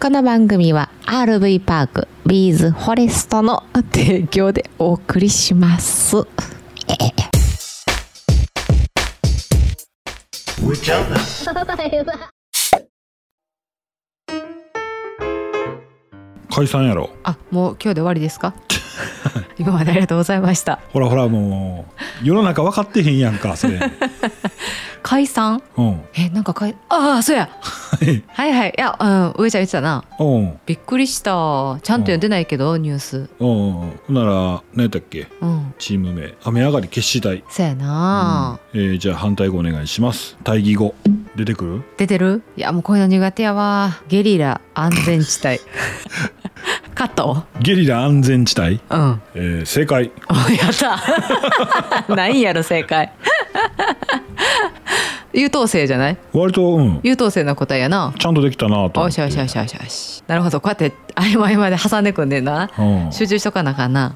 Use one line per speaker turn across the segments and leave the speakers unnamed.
この番組は RV パークビーズフォレストの提供でお送りします。
解散やろ
あ、もう今日で終わりですか 今までありがとうございました。
ほらほらもう世の中分かってへんやんかそ れ
解散
うん
え、なんかかい、ああ、そうや。
はい
はいはい。いや、うん、上ちゃん言ってたな。
うん
びっくりした。ちゃんと読んでないけど、ニュース。
うんうんほんなら何やったっけ
うん。
チーム名雨上がり決死隊
そうやな、
えーじゃあ反対語お願いします対義語出てくる
出てるいや、もうこういうの苦手やわ。ゲリラ安全地帯。カット
ゲリラ安全地帯、
うん。
えー正解
おやった。何やろ正解。優等生じゃない？
割とうん
優等生の答えやな。
ちゃんとできたなと思
お
って
しおしおしおしおし。なるほど。こうやって曖昧まで挟んでくんねんな。
うん
集中しとかなあかんな。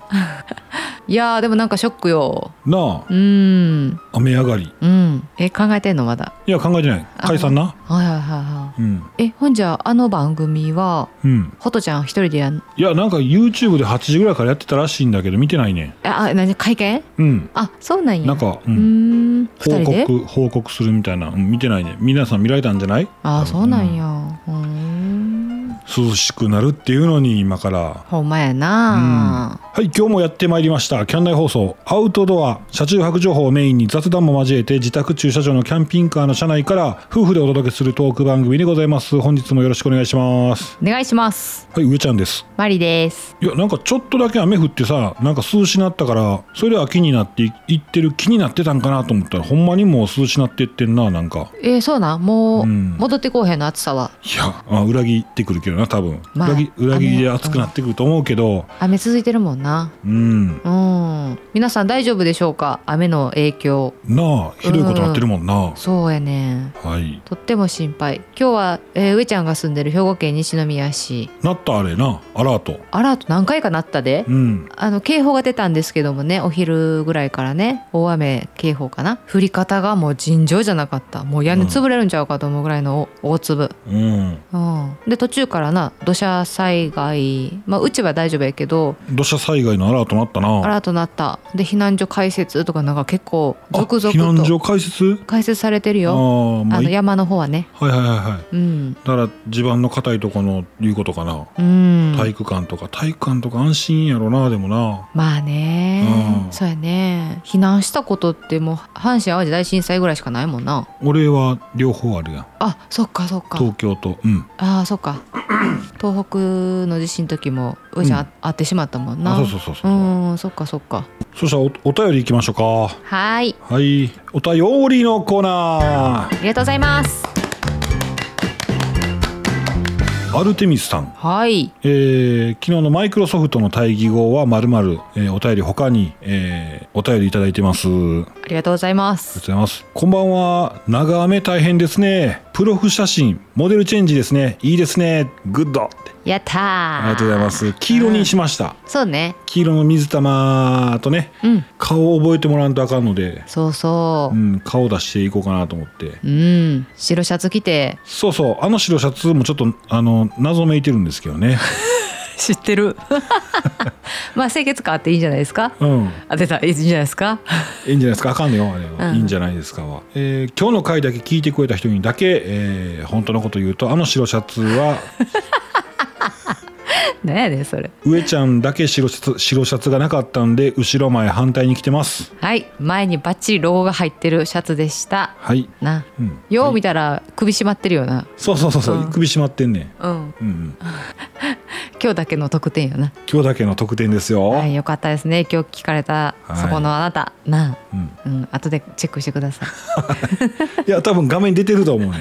いやーでもなんかショックよ。
なあ
うーん
雨上がり
うん。え考えてんのまだ。
いや考えてない解散な
はいはいはいは
うん
い。えほんじゃあの番組は
うん
ホトちゃん一人でやん。
いやなんか YouTube で8時ぐらいからやってたらしいんだけど見てないね
えあ何会見？
うん
あそうなんや。
なん。か、う
うー
ん、
ん。二
報
人で？
告報告するみたいな、うん見てないね皆さん見られたんじゃない
あそうなんや。うーん。
涼しくなるっていうのに今から
ほんまやな、
はい今日もやってまいりましたキャン内放送アウトドア車中泊情報をメインに雑談も交えて自宅駐車場のキャンピングカーの車内から夫婦でお届けするトーク番組でございます本日もよろしくお願いします
お願いします
はい上ちゃんです
マリです
いやなんかちょっとだけ雨降ってさなんか涼しなったからそれで秋になっていいってる気になってたんかなと思ったらほんまにもう涼しなってってんななんか
えー、そうなんもう
うん
戻ってこうへんの暑さはい
やあ裏切ってくるけどな多分、
まあ
裏切裏切りで暑くなってくると思うけど
雨続いてるもんな
うん
うん皆さん大丈夫でしょうか雨の影響
なあひどいことなってるもんな、
そうやねん
はい
とっても心配今日は、えー上ちゃんが住んでる兵庫県西宮市
なったあれなアラート
アラート何回かなったで
うん
あの警報が出たんですけどもねお昼ぐらいからね大雨警報かな降り方がもう尋常じゃなかったもう屋根潰れるんちゃうかと思うぐらいの大粒、
うん
うん、で途中からな土砂災害、まあ、うちは大丈夫やけど
土砂災害のアラートなった
ア
な
ラートなったで避難所開設とかなんか結構続
あ避
々
難
と
所開設
開設されてる
あ
よ
ー、ま
あ
あ、
の
い
山の方はね
はいはいはいはい
うん
だから地盤の硬いとこのいうことかな、
うん
体育館とか体育館とか安心やろなでもな
まあね
うん
そうやね避難したことってもう阪神・淡路大震災ぐらいしかないもんな
俺は両方あるやん
あそっかそっか
東京とうん
あーそ っか東北の地震の時もうーちゃんあ、会ってしまったもんな
あそうそうそうそう、
うんそっかそっか
そしたらおお便り行きましょうか
はーい
はい、お便りのコーナー。
ありがとうございます
アルテミスさん。
はい
えー、昨日のマイクロソフトの対義語はまるまるお便り他に、えーお便りいただいてます。ありがとう
ありがとうございます
ございます。こんばんは。長雨大変ですね。プロフ写真、モデルチェンジですね。いいですね。グッド。
やったー
ありがとうございます。黄色にしました。
そうね
黄色の水玉とね、
うん
顔を覚えてもらわんとあかんので、、
そうそううん
顔出していこうかなと思って。
うん白シャツ着て
そうそう、あの白シャツもちょっと、あの、謎めいてるんですけどね。
知って るまあ清潔感あっていいんじゃないですか
うん。
あ出たいいんじゃないです か
いいんじゃないですかあかんのよあれは、
うん
いいんじゃないですかは、えー今日の回だけ聞いてくれた人にだけ、えー本当のこと言うとあの白シャツ は
なんやねんそれ
上ちゃんだけ白シャツ白シャツがなかったんで後ろ前反対に着てます
はい前にバッチリロゴが入ってるシャツでした
はい、
な
うん、
よう見たら首締まってるよな
そうそうそうそう、
うん
首締まってんね
うん
うんうん
今日だけの特典よな
今日だけの特典ですよ、
はいよかったですね今日聞かれた
はい
そこのあなた、な
うん、
あうん後でチェックしてく ださい
いや多分画面出てると思うね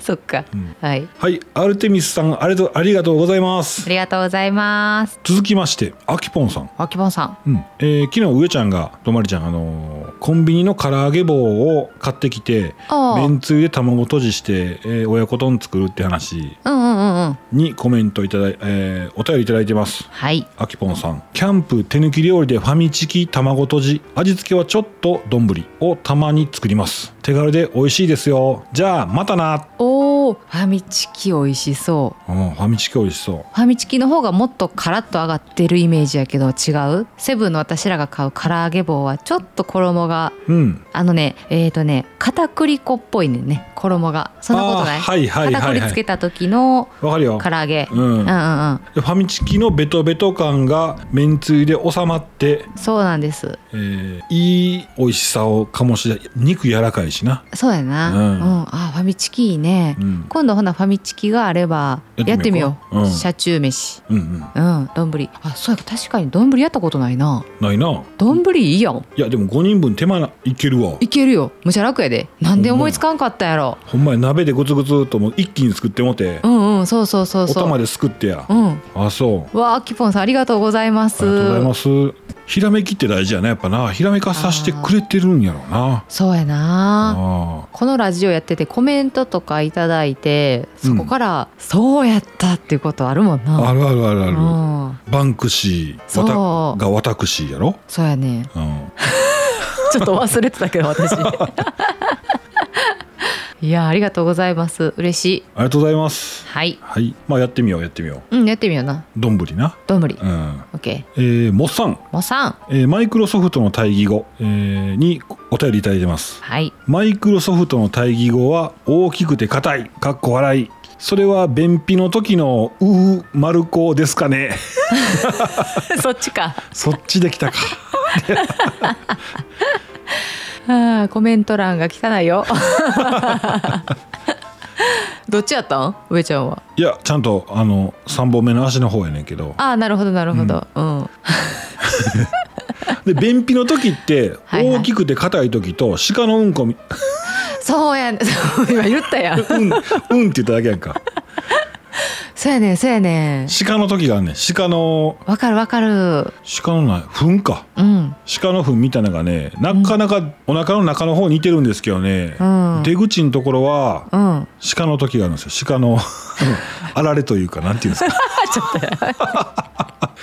そっか、
ん
はい
はいアルテミスさんありがとうありがとうございま
あ
す
りがとうございます
続きましてあきぽんさん
あきぼんさん
うんえー昨日上ちゃんがどまりちゃんあのーコンビニの唐揚げ棒を買ってきて
ああ
めんつゆで卵とじして、えー親子丼作るって話
うんうんうんうん
にコメントいただい、えーお便りいただいてます
はい
あきぽんさんキャンプ手抜き料理でファミチキ卵とじ味付けはちょっと丼をたまに作ります手軽で美味しいですよじゃあまたな
おおファミチキ美味しそう
うんファミチキ美味しそう
ファミチキの方がもっとカラッと揚がってるイメージやけど違うセブンの私らが買う唐揚げ棒はちょっと衣が
うん
あのねえっ、とね片栗粉っぽいねんね衣がそんなことない、
あーはいはいは
片
い
栗
は
つけ
い
た時の
わかるよ
唐揚げ、
う
うんん、うんうん
ファミチキのベトベト感がめんつゆで収まって、
そうなんです
えーいい美味しさを醸し出肉柔らかいしな
そうやな、
う
うんんあファミチキいいね、
うん
今度ほなファミチキがあれば
や
や
っ
ってて
み
み
よ
よ
う
う
うん
車中飯
うんうん
うん丼あそうや確かに丼やったことないな
ないな
丼いいやん
いやでも5人分手間ないけるわ
いけるよむちゃ楽やでなんで思いつかんかったんやろ
ほんまや鍋でグツグツっともう一気に作ってもて
うんうんそうそうそう
お
そう
玉ですくってや
うん
あそう
わあきぽんさんありがとうございます
ありがとうございますひらめきって大事やねやっぱなひらめかさせてくれてるんやろうな
そうやな
あ
このラジオやっててコメントとかいただいてそこから「そうやった」っていうことあるもん
あ
な。
あるあるあるある
うん
バンクシーわ
そう
たが私やろ、
そうやね
うん、
ちょっと忘れてたけど 私いやありがとうございます嬉しい
ありがとうございます
はい
はいまあやってみようやってみよう
うんやってみような
どんぶりな
どんぶり
うん
オッケ
えー、もっさん
ーもうさん
えーマイクロソフトの対義語、えーにお便りいただいてます
はい
マイクロソフトの対義語は大きくて硬い、かっこ笑い。それは便秘の時のうう丸子ですかね。
そっちか
そっちできたか。
あーコメント欄が汚いよ どっちやったん上ちゃんはい
や、ちゃんとあの三本目の足の方やねんけど。
ああなるほどなるほどうん、
で、便秘の時って
はいはい
大きくて硬い時と鹿のうんこみ、
そうやね そう今言ったやん
うん、うんって言っただけやんか。
そうやねんそうやねん
鹿の時があんねん。鹿の
わかるわかる
鹿のない糞か。
うん
鹿の糞みたいなのがね、なかなかお腹の中の方に似てるんですけどね。
うん
出口のところは
うん
鹿の時があるんですよ鹿 のあのあられというかなんていうんですか だからだか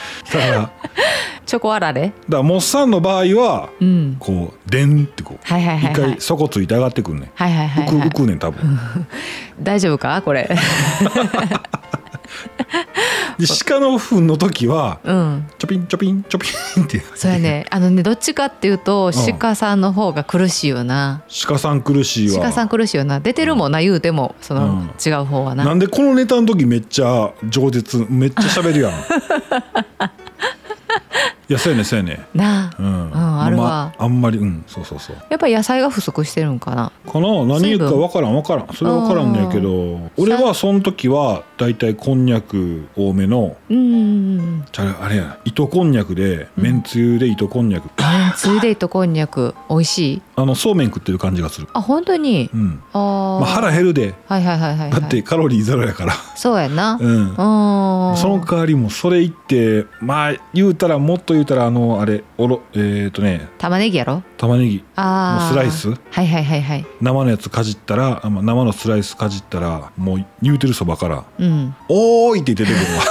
チョコあられ
らモッサンの場合は
うん
こうでんってこう
はいはいは
一
いはい
回底ついて上がってくんね
はいはいはい
浮
は
く
い
浮くねん多分
大丈夫かこれ
で鹿の糞の時は
うん
ちょぴんちょぴんちょぴんって
そう やねあのねどっちかっていうと
うん
鹿さんの方が苦しいよな
鹿さん苦しいわ
鹿さん苦しいよな出てるもんな言うてもその、
うん
違う方はな
なんでこのネタの時めっちゃ饒舌めっちゃ喋る やんいやそうやねそうやね
なあ、
う、
うんんあるわ
まあんまりうんそうそうそう
やっぱり野菜が不足してるんかな
かな何言うか
水分
分からん分からんそれ分からんねんけど俺はその時は大体こんにゃく多めの
うんうんうんめん
ちゃうあれや糸こんにゃくでめんつゆで糸こんにゃく、
つゆで糸こんにゃく美味しい
あのそうめん食ってる感じがする
あ本当に、
うん
あー、
まあ、腹減るで
はいはいはいはい、は
だ
い、
ってカロリーゼロやから
そうやな
う
うんん
その代わりもそれ言ってまあ言うたらもっと言うたらあのあれおろえっ、とね
玉ねぎやろ
玉ねぎ
あ
の
あ
スライス
はいはいはいはい
生のやつかじったらあまあ生のスライスかじったらもう言うてるそばから
うん
「おーい!」って出てくる わ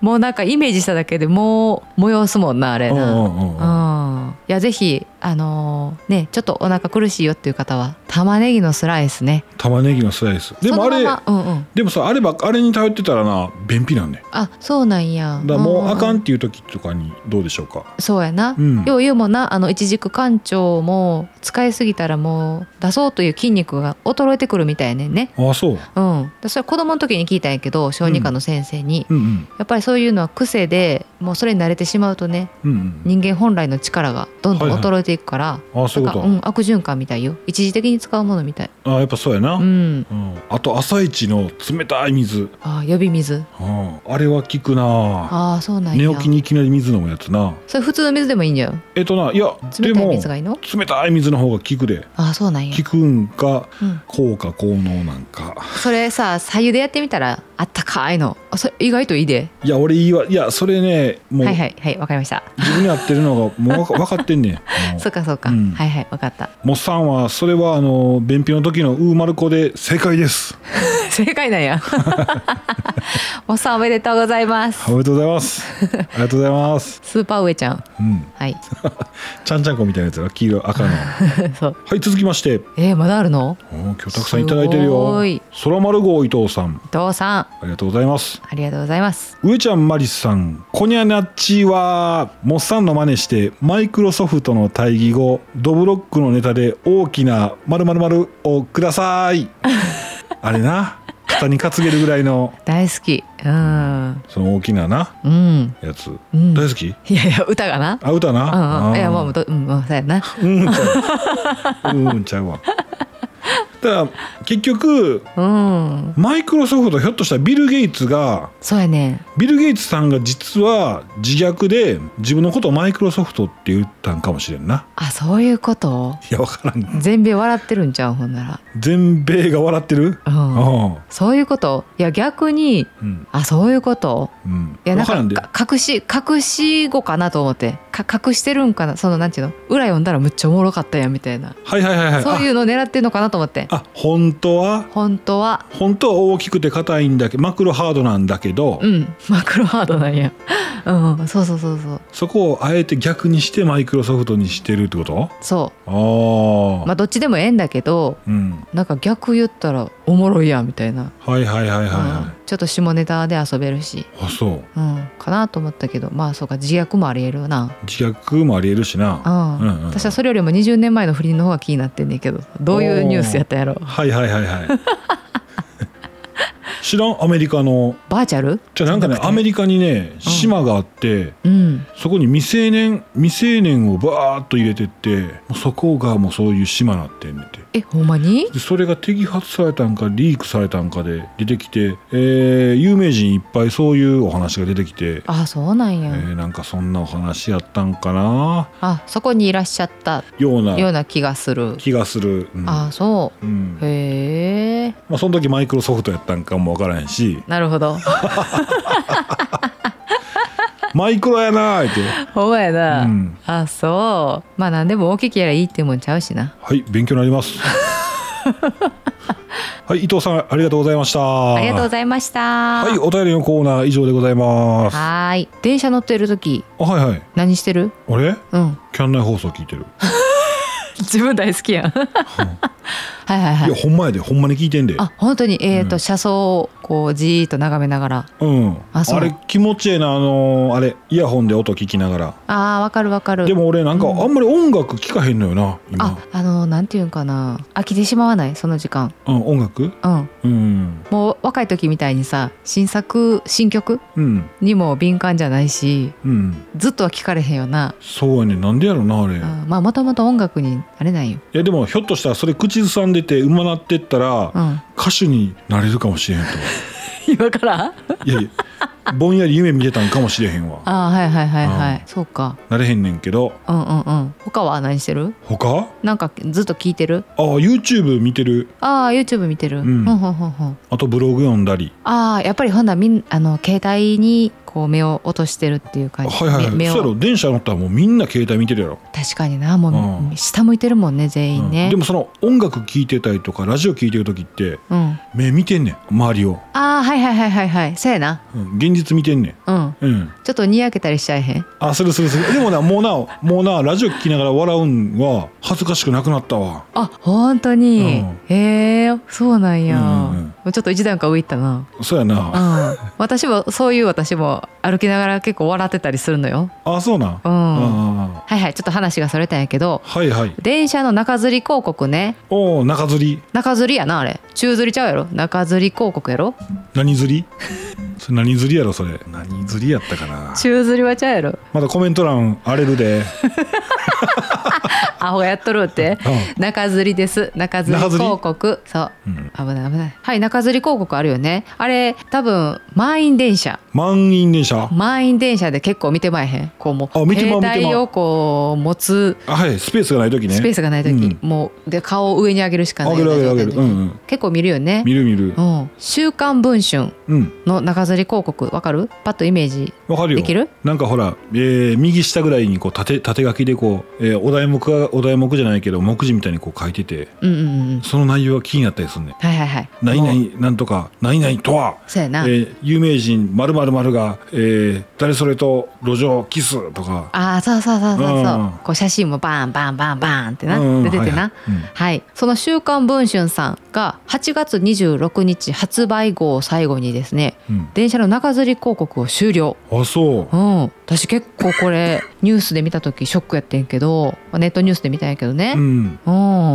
もうなんかイメージしただけでもう催すもんなあれな
う
うん
うんうんうん
んいやぜひあのーねちょっとお腹苦しいよっていう方は玉ねぎのスライスね
玉ねぎのスライスでもあれ、
そのままうんうん
でもさあればあれに頼ってたらな便秘なんね
あそうなんや
だからもうあかん
ん
っていう時とかにどうでしょうか
そうやな、
うん
よう言うもんなあの一軸館長も使いすぎたらもう出そうという筋肉が衰えてくるみたいやねんね
ああそう
うんでそれは子供の時に聞いたんやけど小児科の先生に、
うんうん
やっぱりそういうのは癖でもうそれに慣れてしまうとね
うんうん
人間本来の力がどんどん
はいはい
衰えていくから、
ああそういう
なん
こ
か
と、
うん、悪循環みたいよ一時的に使うものみたい
ああやっぱそうやな、
う
うん
ん
あと朝一の冷たい水、
ああ呼び水
うんあれは効くな
ああそうなん
寝
や
起きにいきなり水飲むやつな
それ普通の水でもいいんじゃよ
えっとないやで
冷たい
も
水がいいの
冷たい水の方が効くで
ああそうなんや
効、くんか
うん、
効果効能なんか
それさ左右でやってみたらあったかいのあそれ意外といいで
いや俺いいわいやそれねもう
はいはいはいわかりました
自分に合ってる のがもうわか分かってんねんうん
そっかそっか、
うん
はいはいわかった
モッサンはそれはあ の便秘の時のウーマルコで正解です。
正解なんやおっさんおめでとうございます
おめでとうございます。ありがとうございます。
スーパー上ちゃん
うん。
はい
ちゃんちゃんこみたいなやつだ。黄色、赤の。は
そう
い、続きまして。
えー、まだあるの
おー今日たくさんいただいてる
す
よ
ごい。
空丸号伊藤さん。
伊藤さん
ありがとうございます。
ありがとうございます
上ちゃんまりさん、こにゃなっちは、モッサンの真似して、マイクロソフトの対義語、ドブロックのネタで大きな〇〇〇をくださ い。あれな、肩に担げるぐらいの、
大好きうん
その大きなな、
うん
やつ。
うん
大好き
いやいや歌がな
あ、歌な。
うん
あ
うん
ー
いやまあどうんうんそうやな
うんちゃううんちゃう わただ結局
うん
マイクロソフトひょっとしたらビル・ゲイツが
そうやね
ビル・ゲイツさんが実は自虐で自分のことをマイクロソフトって言ったんかもしれんな
あそういうこと
いやわからん
全米笑ってるんちゃうほんな
全米が笑ってる
ら
う
うん
ん
そういうこといや逆に
うん
あそういうこと
うん
いやな
わからん
ん
で
かか隠し隠し語かなと思ってか隠してるんかなそのなんていうの裏読んだらむっちゃおもろかったやんみたいな
はいはいはいはい
そういうの狙ってんのかなと思って
ああ本当は
本当は
本当は大きくて硬いんだけどマクロハードなんだけど、
うん マクロハードなんやうんそうそうそうそう
そこをあえて逆にしてマイクロソフトにしてるってこと
そ
あ
う
あ、
まあどっちでもええんだけど
うん
なんか逆言ったらおもろいやんみたいな、
はいはいはいはい、
う
は
んちょっと下ネタで遊べるし、
いあそう
うん、かなと思ったけどまあそうか自虐もありえるな
自虐もありえるしな
あ
うんうんうん
私はそれよりも20年前の不倫の方が気になってんねんけどどういうニュースやったんやろ
はいはいはいはい 知らんアメリカの
バーチャル
じゃあなんかね
じゃなくて
アメリカにね島があって、
うん
そこに未成年未成年をバーッと入れてってもうそこがもうそういう島なってんねんて
えほんまに
でそれが摘発されたんかリークされたんかで出てきて、えー有名人いっぱいそういうお話が出てきて、
あそうなん
え
や、
ーなんかそんなお話やったんかな
あそこにいらっしゃった
ような
ような気がする、
気がする、うん
あそ
うん
うへえ
まあ、その時マイクロソフトやったんかもわからへんし
なる ほど
マイクロやなーって
ほんまやな、
うん
あそうまあ何でも大きければいいっていうもんちゃうしな
はい勉強になります はい伊藤さんありがとうございました
ありがとうございました
はいお便りのコーナー以上でございますあ
はーい電車乗ってる時
はいはい
何してる
あれ
うん
キャン内放送聞いてる、、
自分大好き やんはいはいはいい
やほんまやでほんまに聞いてんで
あ本当にえっ、と、
うん
車窓をこうじーっと眺めながら
うん
あそう
れ気持ちええなあのーあれイヤホンで音聞きながら
あーわかるわかる
でも俺なんか
うん
あんまり音楽聞かへんのよな
あ
今、
あのなんていうんかな飽きてしまわないその時間
うん、音楽
うん
うん
もう若い時みたいにさ新作新曲
うん
にも敏感じゃないし
うん
ずっとは聞かれへんよな、
そうやねなんでやろなあれ、
うんまあもともと音楽になれないよ、
いやでもひょっとしたらそれ口ずさんでてうまなってったら
うん、
歌手になれるかもしれへんと
今から
いやいやぼんやり夢見てたんかもしれへんわ
ああはいはいはいはい、
う
そうか
なれへんねんけど
うんうんうん他は何してる
他
なんかずっと聞いてる
あ YouTube 見てる
ああ YouTube 見てる、
う
うんん、ほんほんほんほん
あとブログ読んだり
ああやっぱりほんならみんあの携帯にこう目を落としてるっていう
は
感
い
じ、
はいはい
目目
そうやろ
を
電車乗ったらもうみんな携帯見てるやろ、
確かになもう、
うん
下向いてるもんね全員
うん
ね
で、もその音楽聴いてたりとかラジオ聴いてる時って
うん
目見てんねん周りを、
ああはいはいはいはいはいそうやな
うん現実見てんね
うん
んうん
ちょっとにやけたりしちゃえへん
あするするするでもなもうなもうなラジオ聴きながら笑うんは恥ずかしくなくなったわ
あ本当に、へえそうなんや、
うんうんうん
もうちょっと一段階上行ったな、
そうや
う、
なん
私もそういう私も歩きながら結構笑ってたりするのよ、
あそうなん
う
あ
ん、
あ
はいはいちょっと話がそれたんやけど
はいはい
電車の中吊り広告ね
おお中吊り
中吊りやなあれ中吊りちゃうやろ中吊り広告やろ
何吊り それ何吊りやろそれ何吊りやったかな
中吊りはちゃうやろ
まだコメント欄荒れるで
アホがやっとるって
う
中吊りです中吊り
中吊り
広告そう
うん
危ない危ないはい中吊り広告あるよねあれ多分満員電車
満員電車
満員電車で結構見てまえへんこうも
あ
う
見てまう見
携
てまう
帯をこう持つ
あはいスペースがない時ね
スペースがない時、
うん
もうで顔を上に上げるしかない
上げる上げる上げるうんうん
結構見るよね
見る見る
うん「週刊文春
うん」
の中吊り広告わかるパッとイメージ
わかるよ
できる
なんかほら、えー右下ぐらいにこう縦縦書きでこう、えーお題目がお題目じゃないけど目次みたいにこう書いてて
うんうんうんうん
その内容が気になったりするねん
はいはいはい
何
もう
々なんとか何々とは、
そうや
え
な、
ー有名人まるが、えー誰それと路上キスとか
ああそうそうそうそうそう、
うん
こう写真もバーンバーンバーンバーンってな、
うんうん
出て
は
てな
いはいうん
はいその「週刊文春」さんが8月26日発売号を最後にですね、
うん
電車の中吊り広告を終了
あそう
う、ん、私結構これニュースで見た時ショックやってんけどネットニュースで見たんやけどね
う、ん、
う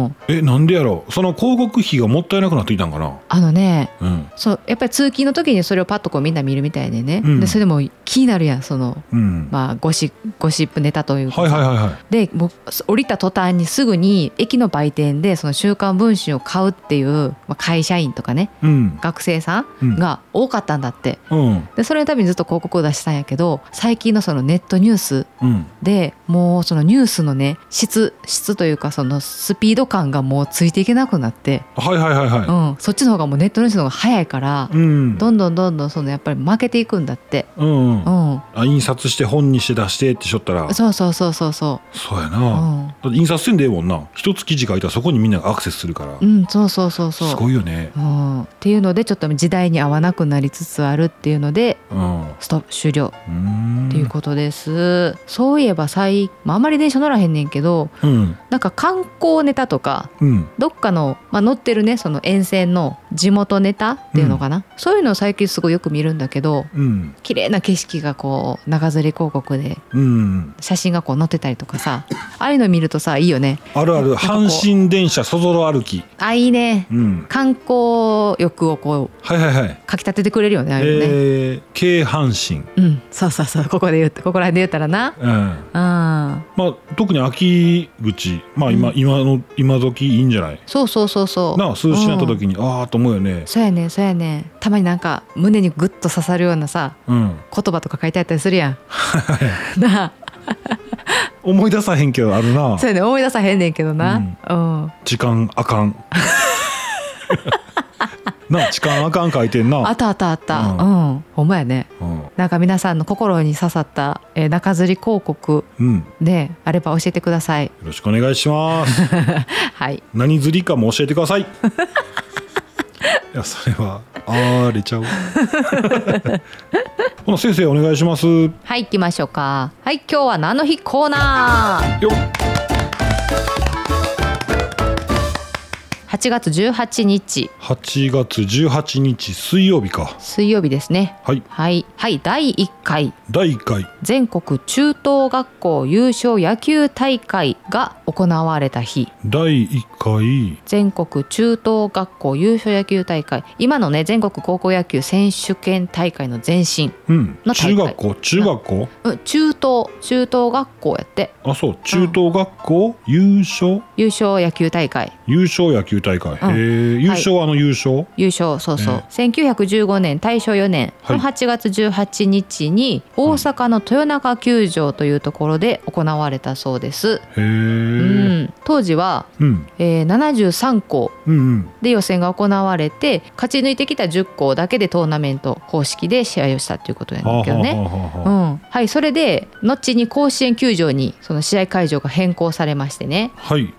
ん
えなんでやろうその広告費がもったいなくなってきたんかな
あのね
うん
そうやっぱり通勤の時にそれをパッとこうみんな見るみたいでね、
うん
でそれでも気になるやんその、
うん、
まあ、ゴシゴシップネタというか
はいはいはいは
でもう降りた途端にすぐに駅の売店でその「週刊文春」を買うっていう、まあ、会社員とかね
いうん
学生さ
うんん
が多かったんだって
うん
でそれのためにずっと広告を出したんやけど最近のそのネットニュース
うん
でもうそのニュースのね質質というかそのスピード感がもうついていけなくなって、
はいはいはいは
うん、そっちの方がもうネットニュースの方が早いから
い、うん
どんどんどんどんそのやっぱり負けていくんだって、
うん
う
あ
ん、
印刷して本にして出してってしょったら
そうそうそうそうそ
そうや
う、う
な、
ん
だって印刷せんでええもんな一つ記事書いたらそこにみんながアクセスするから、
うん、そうそうそうそう
すごいよね
うん、っていうのでちょっと時代に合わなくなりつつあるっていうので
うんう
ストップ終了
ーん
っていうことです、そういえば最、まあ、あまり電車乗らへんねんけど
うん
なんか観光ネタとか
うん
どっかの、まあ、乗ってるねその沿線の地元ネタっていうのかな、そういうのを最近すごいよく見るんだけど
うん
綺麗な景色がこう長ずり広告で
うん
写真がこう載ってたりとかさああいうの見るとさいいよね
あるある
なんかこう
阪神電車そぞろ歩き
あいいね
うん
観光欲をこう
はいはいはい
かきたててくれるよねああいうのね。
えー、京阪
うん、そうそうそう、ここで言って、ここら辺で言ったらな。
神うん
うん、
まあ、特に秋口まあ今、
うん
今の今時いいんじゃない
そうそうそうそう。
なあ涼しくなった
うん
時に、ああと思うよね
そうやね、そうやね、たまになんか胸にグッと刺さるようなさ、
うん
言葉とか書いてあったりするやん。な
思い出さへんけどあるな
あ、そうやね、思い出さへんねんけどな。うん、
時間あか んなあ時間あかん書いてん
あ
な
ったあったあった。
う
うん、ほんまやね。
うん、
なんか皆さんの心に刺さった、えー中吊り広告
うん、よ
であれば教えてください。
ろしくお願いします
はい。
何釣りかも教えてくだ さいいやそれはあーれちゃう ほな先生お願いしますよ
はい、行きましょうか。はい、今日は何の日コーナー。
っ
8月18日
8月18日水曜日か
水曜日ですね。
はい
はい、はい、第1回
第1回
全国中等学校優勝野球大会が行われた日
第1回
全国中等学校優勝野球大会今のね全国高校野球選手権大会の前身
うん
の
中
大会
学校中学校
うん中等中等学校やって
あそう中等学校、優勝
優勝野球大会
優勝野球大会、
うん
へえ優勝はあの優勝、
優勝そうそう、
ね
1915年大正4年の
は
8月18日に大阪の豊中球場というところで行われたそうです、
へえ、
うん、当時は、
うん、
えー73校
うんうん
で予選が行われて勝ち抜いてきた10校だけでトーナメント方式で試合をしたっていうことなん
は
だけ
あ
ど
はあ
ね。
はあ
う
はあ
んはい、それで後に甲子園球場にその試合会場が変更されましてね
はい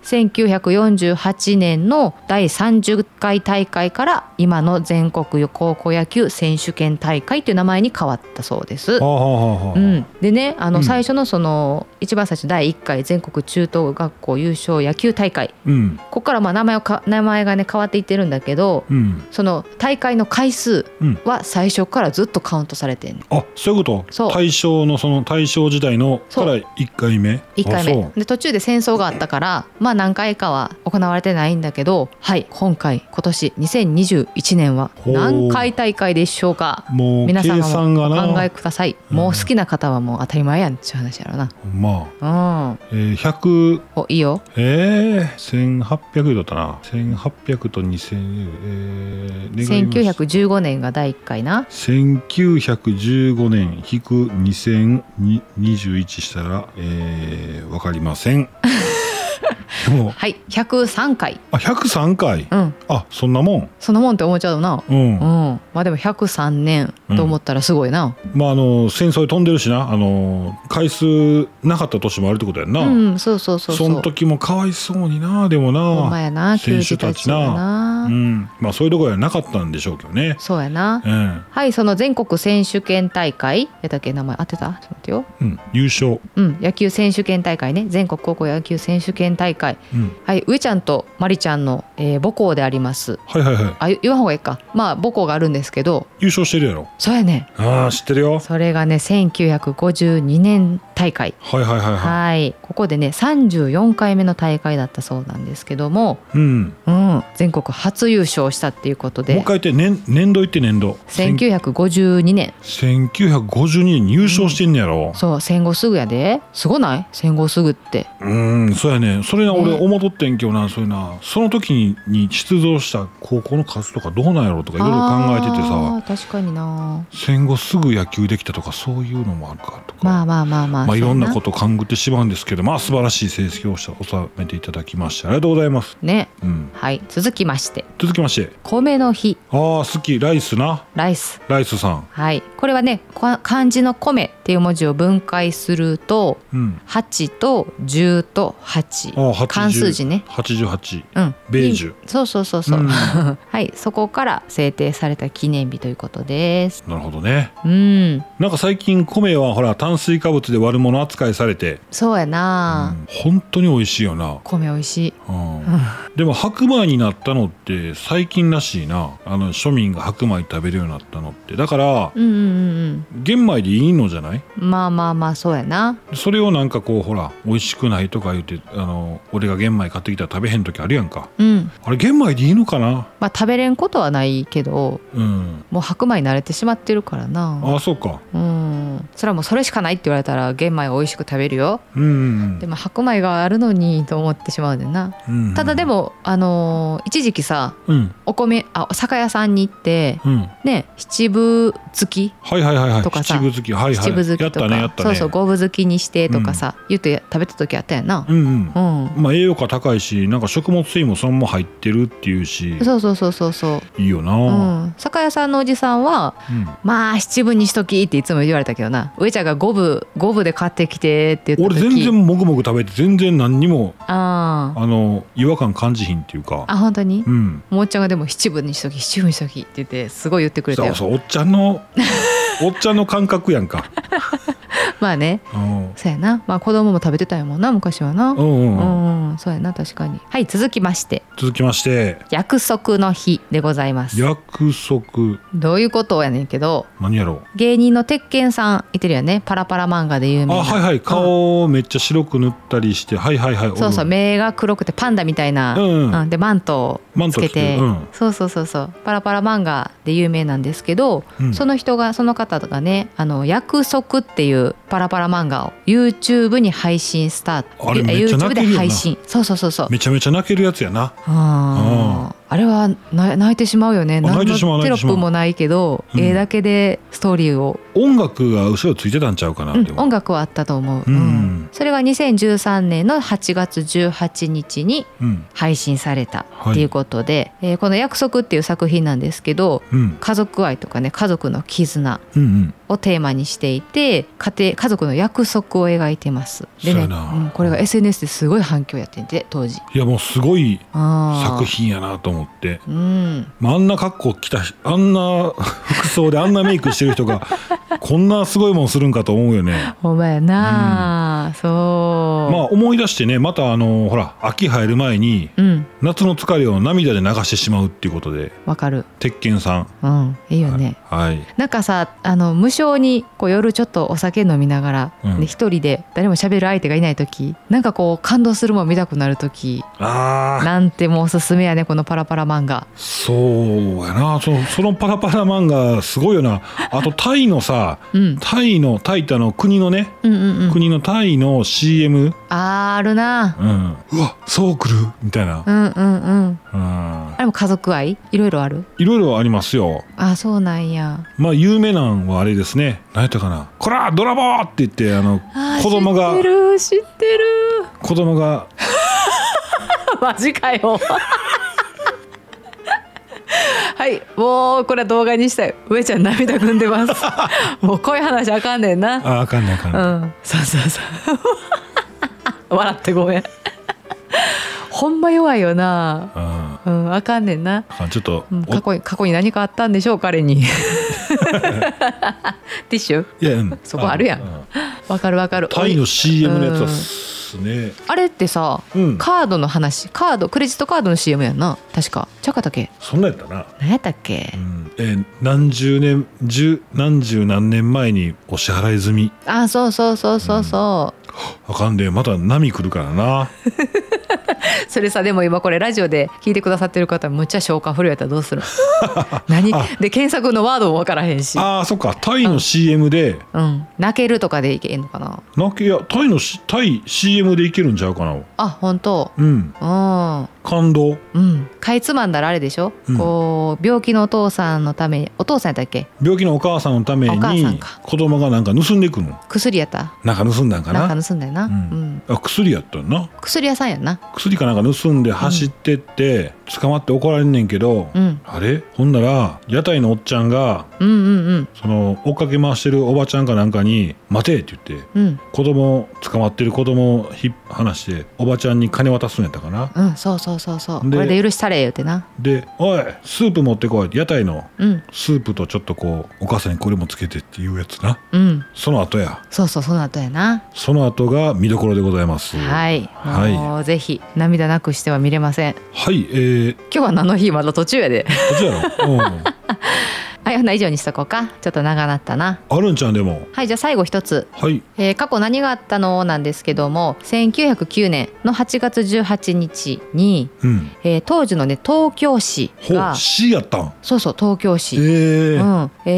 1948年の第30回大会から今の全国高校野球選手権大会という名前に変わったそうです
は。あはあはあはあ
うん、でねあ
う
の
ん
最初のその一番最初第1回全国中等学校優勝野球大会
うん
ここからまあ名前をか名前がね変わっていってるんだけど
うん
その大会の回数
うん
は最初からずっとカウントされてんの
あそういうこ
そう
と大正のその大正時代の
そ
から
う
1回目
1回
あ
目で途中で戦争があったからまあ何回かは行われてないんだけどはい今回今年2021年は
ほう
何回大会でしょうか
そうもう計
皆様
算
も
が
お考え
な
ください
うん
もう好きな方はもう当たり前やんっていう話やろ
まあ、
な
えー、100
うんおいいよ
えー、1800だったな1800と2000えー、願います
1915年が第1回な
1915年引く2021したら、えー、わかりません。 でも
はい103回
あ103回、
うん
あそんなもん
そんなもんって思っちゃうな
うん、
うんまあでも103年と思ったらすごいな
まああの戦争で飛んでるしなあの回数なかった年もあるってことやんな、
うん、そうそうそう
そ
そ
の
う
時もかわいそうになでも
ほんま
な
やな
選手たちな
球児やな
うんまあそういうところはなかったんでしょうけどね
そうやな
うん、
はいその全国選手権大会やったっけ名前当てたちょっと待ってよ
うん、優勝
うん野球選手権大会ね全国高校野球選手権大会
うん
はい上ちゃんとまりちゃんの、えー母校であります
はいはいはい
あ言言わん方がいいかまあ母校があるんですけど
優勝してるやろ
そうやね
ああ知ってるよ
それがね1952年大会
はいはいはいは
はいここでね34回目の大会だったそうなんですけども、
いうんも
うん、全国初優勝したっていうこと
う一
で
回言って年年度言って年度
1952年
1952年に優勝してんねやろ
そう戦後すぐやですごない戦後すぐって
うんそうやねそれな
ね
俺思っとってんけどなそういうなその時にに出場した高校の数とかどうなんやろとかいろいろ考えててさ
あー確かにな
戦後すぐ野球できたとかそういうのもあるかとか
まあまあまあまあ、
まあ、いろんな
そう
こ
や
とを勘ぐってしまうんですけどまあ素晴らしい成績を収めていただきましてありがとうございます、
ね
うん、
はい続きまして
続きまして
米の日
ああ好きライスな
ライス
ライスさん、
はいこれはねこ漢字の米っていう文字を分解すると
うん、
8と10と
あ
8
あ80
漢数字ね
88
うん
ベージュ
そうそうそうそう、
うん
はいそこから制定された記念日ということです
なるほどね
うん
なんか最近米はほら炭水化物で悪者扱いされて、
そうや
う
な、
ん、本当に美味しいよな、
米美味しい
うん、でも白米になったのって最近らしいなあの庶民が白米食べるようになったのってだから
うんうんうん
玄米でいいのじゃない
うんまあまあまあそうやな
それをなんかこうほら美味しくないとか言ってあの俺が玄米買ってきたら食べへん時あるやんか
うん
あれ玄米でいいのかな
まあ食べれんことはないけど
うん
もう白米慣れてしまってるからな
ああそうか
うんそれはもうそれしかないって言われたら玄米を美味しく食べるよ
うんうん
でも白米があるのにと思ってしまうねんな
うん
ただでもあのー一時期さ
うん
お米あ酒屋さんに行って
うん
ね七分付き
はいはいはいはい
とかさ
七分好きはいはい
七分付
やっ
きとか、
たねやったね
そうそう五分付きにしてとかさ、言って食べた時あったやんな
うんうん
うん、
まあ栄養価高いしなんか食物繊維もそのまま入ってるっていうし
そうそうそうそうそう
いいよな、
うん、酒屋さんのおじさんは
うん
「まあ七分にしとき」っていつも言われたけどな上ちゃんが五分五分で買ってきてって言った
俺
時
全然もぐもぐ食べて全然何にも
あー
あの違和感感じひんっていうか
あ本当に、
うん
もーちゃんがでも七分にしとき七分にしときって言ってすごい言ってくれた
そう
よ
そうおっちゃん のおっちゃんの感覚やんか
まあね
うん
そうやなまあ子供も食べてたんやもんな昔はな
うんうん
う
うん
ん、そうやな確かにはい続きまして
続きまして
約束の日でございます
約束
どういうことやねんけど
何やろ
芸人の鉄拳さんいてるよねパラパラ漫画で有
う
名
あ
な
はいはい顔をめっちゃ白く塗ったりしてはいはいはい
そうそう
おる
目が黒くてパンダみたいな、
うんうん
でマント
マ
を
ン
つ
ト
け
着て
て、
るうん
そうそうそうそうパラパラ漫画で有名なんですけど、
うん
その人がその方がね「あの約束」っていうパラパラ漫画を YouTube に配信スタート
あれ
え
めっちゃ泣
YouTube
け
で
るよな
配信そうそうそうそう
めちゃめちゃ泣けるやつやな
あーあれはな泣いてしまうよね
あ泣いてしまう
何のテロップもないけど
泣いてしまううん
絵だけでストーリーを
音楽が後ろついてたんちゃうかな
うん
でも
音楽はあったと思う、
うん
それが2013年の8月18日に
うん
配信された
はい
っていうことで、えーこの「約束」っていう作品なんですけど
うん
家族愛とかね家族の絆
うんうん
をテーマにしていて家庭家族の約束を描いてます
そ
で
う
ね、
やな
うんこれが SNS ですごい反響やってんで当時
いやもうすごい
あ
作
ー
品やなと思って
うん
まああんな格好着た人あんな服装であんなメイクしてる人が こんなすごいもんするんかと思うよね
お前やな、そう、
まあ思い出してねまたあのほら秋入る前に
うん
夏の疲れを涙で流してしまうっていうことで
わかる
鉄拳さん
うんいいよね、
はい
なんかさあの無性にこう夜ちょっとお酒飲みながら、
うん
で一人で誰も喋る相手がいない時なんかこう感動するもん見たくなる時
ああ
なんてもうおすすめやねこのパラパラ漫画
そうやなそのそのパラパラ漫画すごいよなあとタイのさ
うん
タイのタイってあの国のね
うんうんうん
国のタイの CM、
あーあるな
うん、うわそう来るみたいな
う、んうんうん
うん
あ、れも家族愛いろいろある
いろいろありますよ
あそうなんや
まあ有名なんはあれですね何やったかな「こらドラボー!」って言ってあの
あー
子供が
知ってる知ってる
子供が
マジかよ はいもうこれは動画にしたい上ちゃん涙ぐん でますもうこういう話あかんねんな
ああかんないあかん
う
ない、
んそうそうそう 笑ってごめんほんま弱いよな
うんあ
うんあかんねんな
かんちょっと、
うん
お
過去に過去に何かあったんでしょう 彼に ティッシュ
いや、うん、
そこあるやん
のうん
わかるわかる
タイの CM のやつですね
あれってさ、
うん
カードの話カードクレジットカードの CM やんな確かちゃうかったっけ
そんなんやったな、
何やったっけ、
うんえー何十年十何十何年前にお支払い済み
あそうそうそうそうそう、
あかんでまた波来るからな
それさでも今これラジオで聞いてくださってる方むっちゃ消化不良やったらどう するの何で検索のワードも分からへんし
あーそっかタイの CM で、
うん泣けるとかでいけんのかな
なんかいやタイのしタイ CM でいけるんちゃうかな
あ本当
うん
うん
感動
うんかいつまんだらあれでしょ、
うん
こう病気のお父さんのためにお父さんやったっけ
病気のお母さんのため
お母さん
に
か
子供がなんか盗んでいくの
薬やった
なんか盗んだんかな
なんか盗んだよな、
うん
うん
あ薬やったんな
薬屋さんやんな
薬かなんか盗んで走ってって、捕まって怒られんねんけど、
うん
あれほんなら屋台のおっちゃんが
うんうんうん
その追っかけ回してるおばちゃんかなんかに「待て!」って言って
うん
子供捕まってる子供をひ話しておばちゃんに金渡すんやったかな
うん、そうそうそうそう
で
これで許したれ言うてな
で「おいスープ持ってこい」って屋台の
うん
スープとちょっとこうお母さんにこれもつけてっていうやつな
うん
その後や
そうそうその後やな
その後が見どころでございます
はい、
はい
もうぜひ涙なくしては見れません
はいえー、こ
今日は何の日まだ途中やで
っちやろ、うん、
はいほな以上にしとこうかちょっと長なったな
あるんちゃんでも
はいじゃあ最後一つ
はい
えー過去何があったのなんですけども1909年の8月18日に、
うん
えー当時のね東京市
ほ
が
う C やったん
そうそう東京市
ええ
うん、え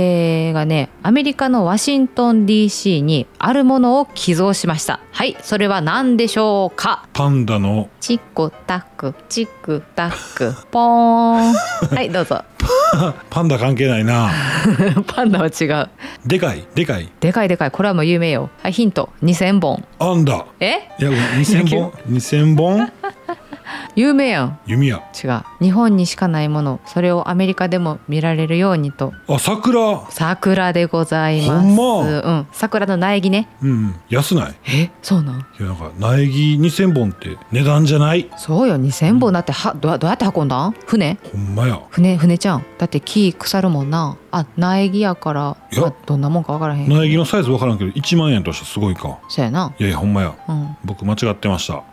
ーがねアメリカのワシントン DC にあるものを寄贈しましたはいそれは何でしょうか
パンダの
チクタクチクタク ポーンはいどうぞ
パンダ関係ないな
パンダは違う
でかいでかい
でかいでかいこれはもう有名よはいヒント2000本
アンダ
え
いや2000本2000本
有名やん
弓矢
違う日本にしかないものそれをアメリカでも見られるようにと
あ桜
桜でございます
ほんま
うん、桜の苗木ね
うん安ない
えそうなん
いやなんか苗木2000本って値段じゃない
そうよ2,000本だってはどうどうやって運んだん船
ほんまや
船船ちゃんだって木腐るもんなあ苗木やから
いや
まあどんなもんか分からへん
苗木のサイズ分からんけど1万円としてすごいか
そうやない
やいやほんまや
うん、
僕間違ってました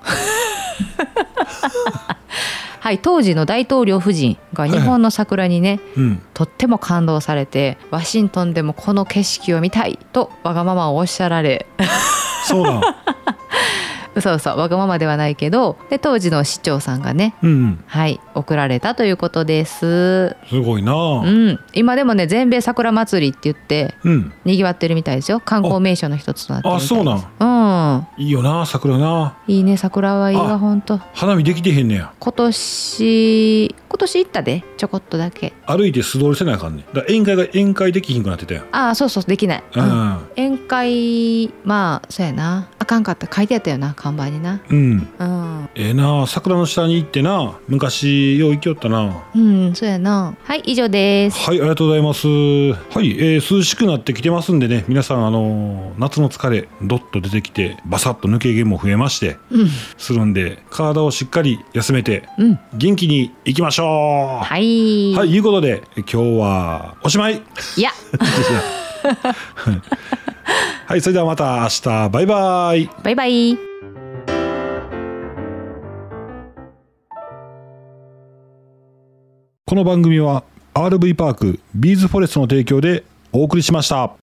はい当時の大統領夫人が
はいは
日
い
本の桜にね、
うん
とっても感動されてワシントンでもこの景色を見たいとわがままをおっしゃられ
そうなん
嘘嘘わがままではないけどで当時の市長さんがね
うんうん
はい送られたということです
すごいな
うん今でもね全米桜祭りって言って
うん
にぎわってるみたいですよ観光名所の一つとなってるみ
あ
たい
そうなん
うん
いいよな桜ない
いね桜はいいわ
あ
ほんと
花見できてへんねや
今年今年行ったでちょこっとだけ
歩いて素通りせなあかんねんだから宴会が宴会できひんくなってたやん
ああそうそうできない、
う
うん
ん
宴会まあそうやなあかんかった書いてあったよな看板にな
うん
うん
ええな桜の下に行ってな昔よう行きよったな
うんそうやなはい以上です
はい、ありがとうございます。はい、えー涼しくなってきてますんでね、皆さん、あのー夏の疲れ、どっと出てきて、バサッと抜け毛も増えまして、
うん
するんで、体をしっかり休めて、
うん
元気に行きましょうは
はい、
い、い、うことで、え今日は、おしまい
いや
はい、それではまた明日、バイバイ
バイバイ
この番組は、RV パーク、ビーズフォレストの提供でお送りしました。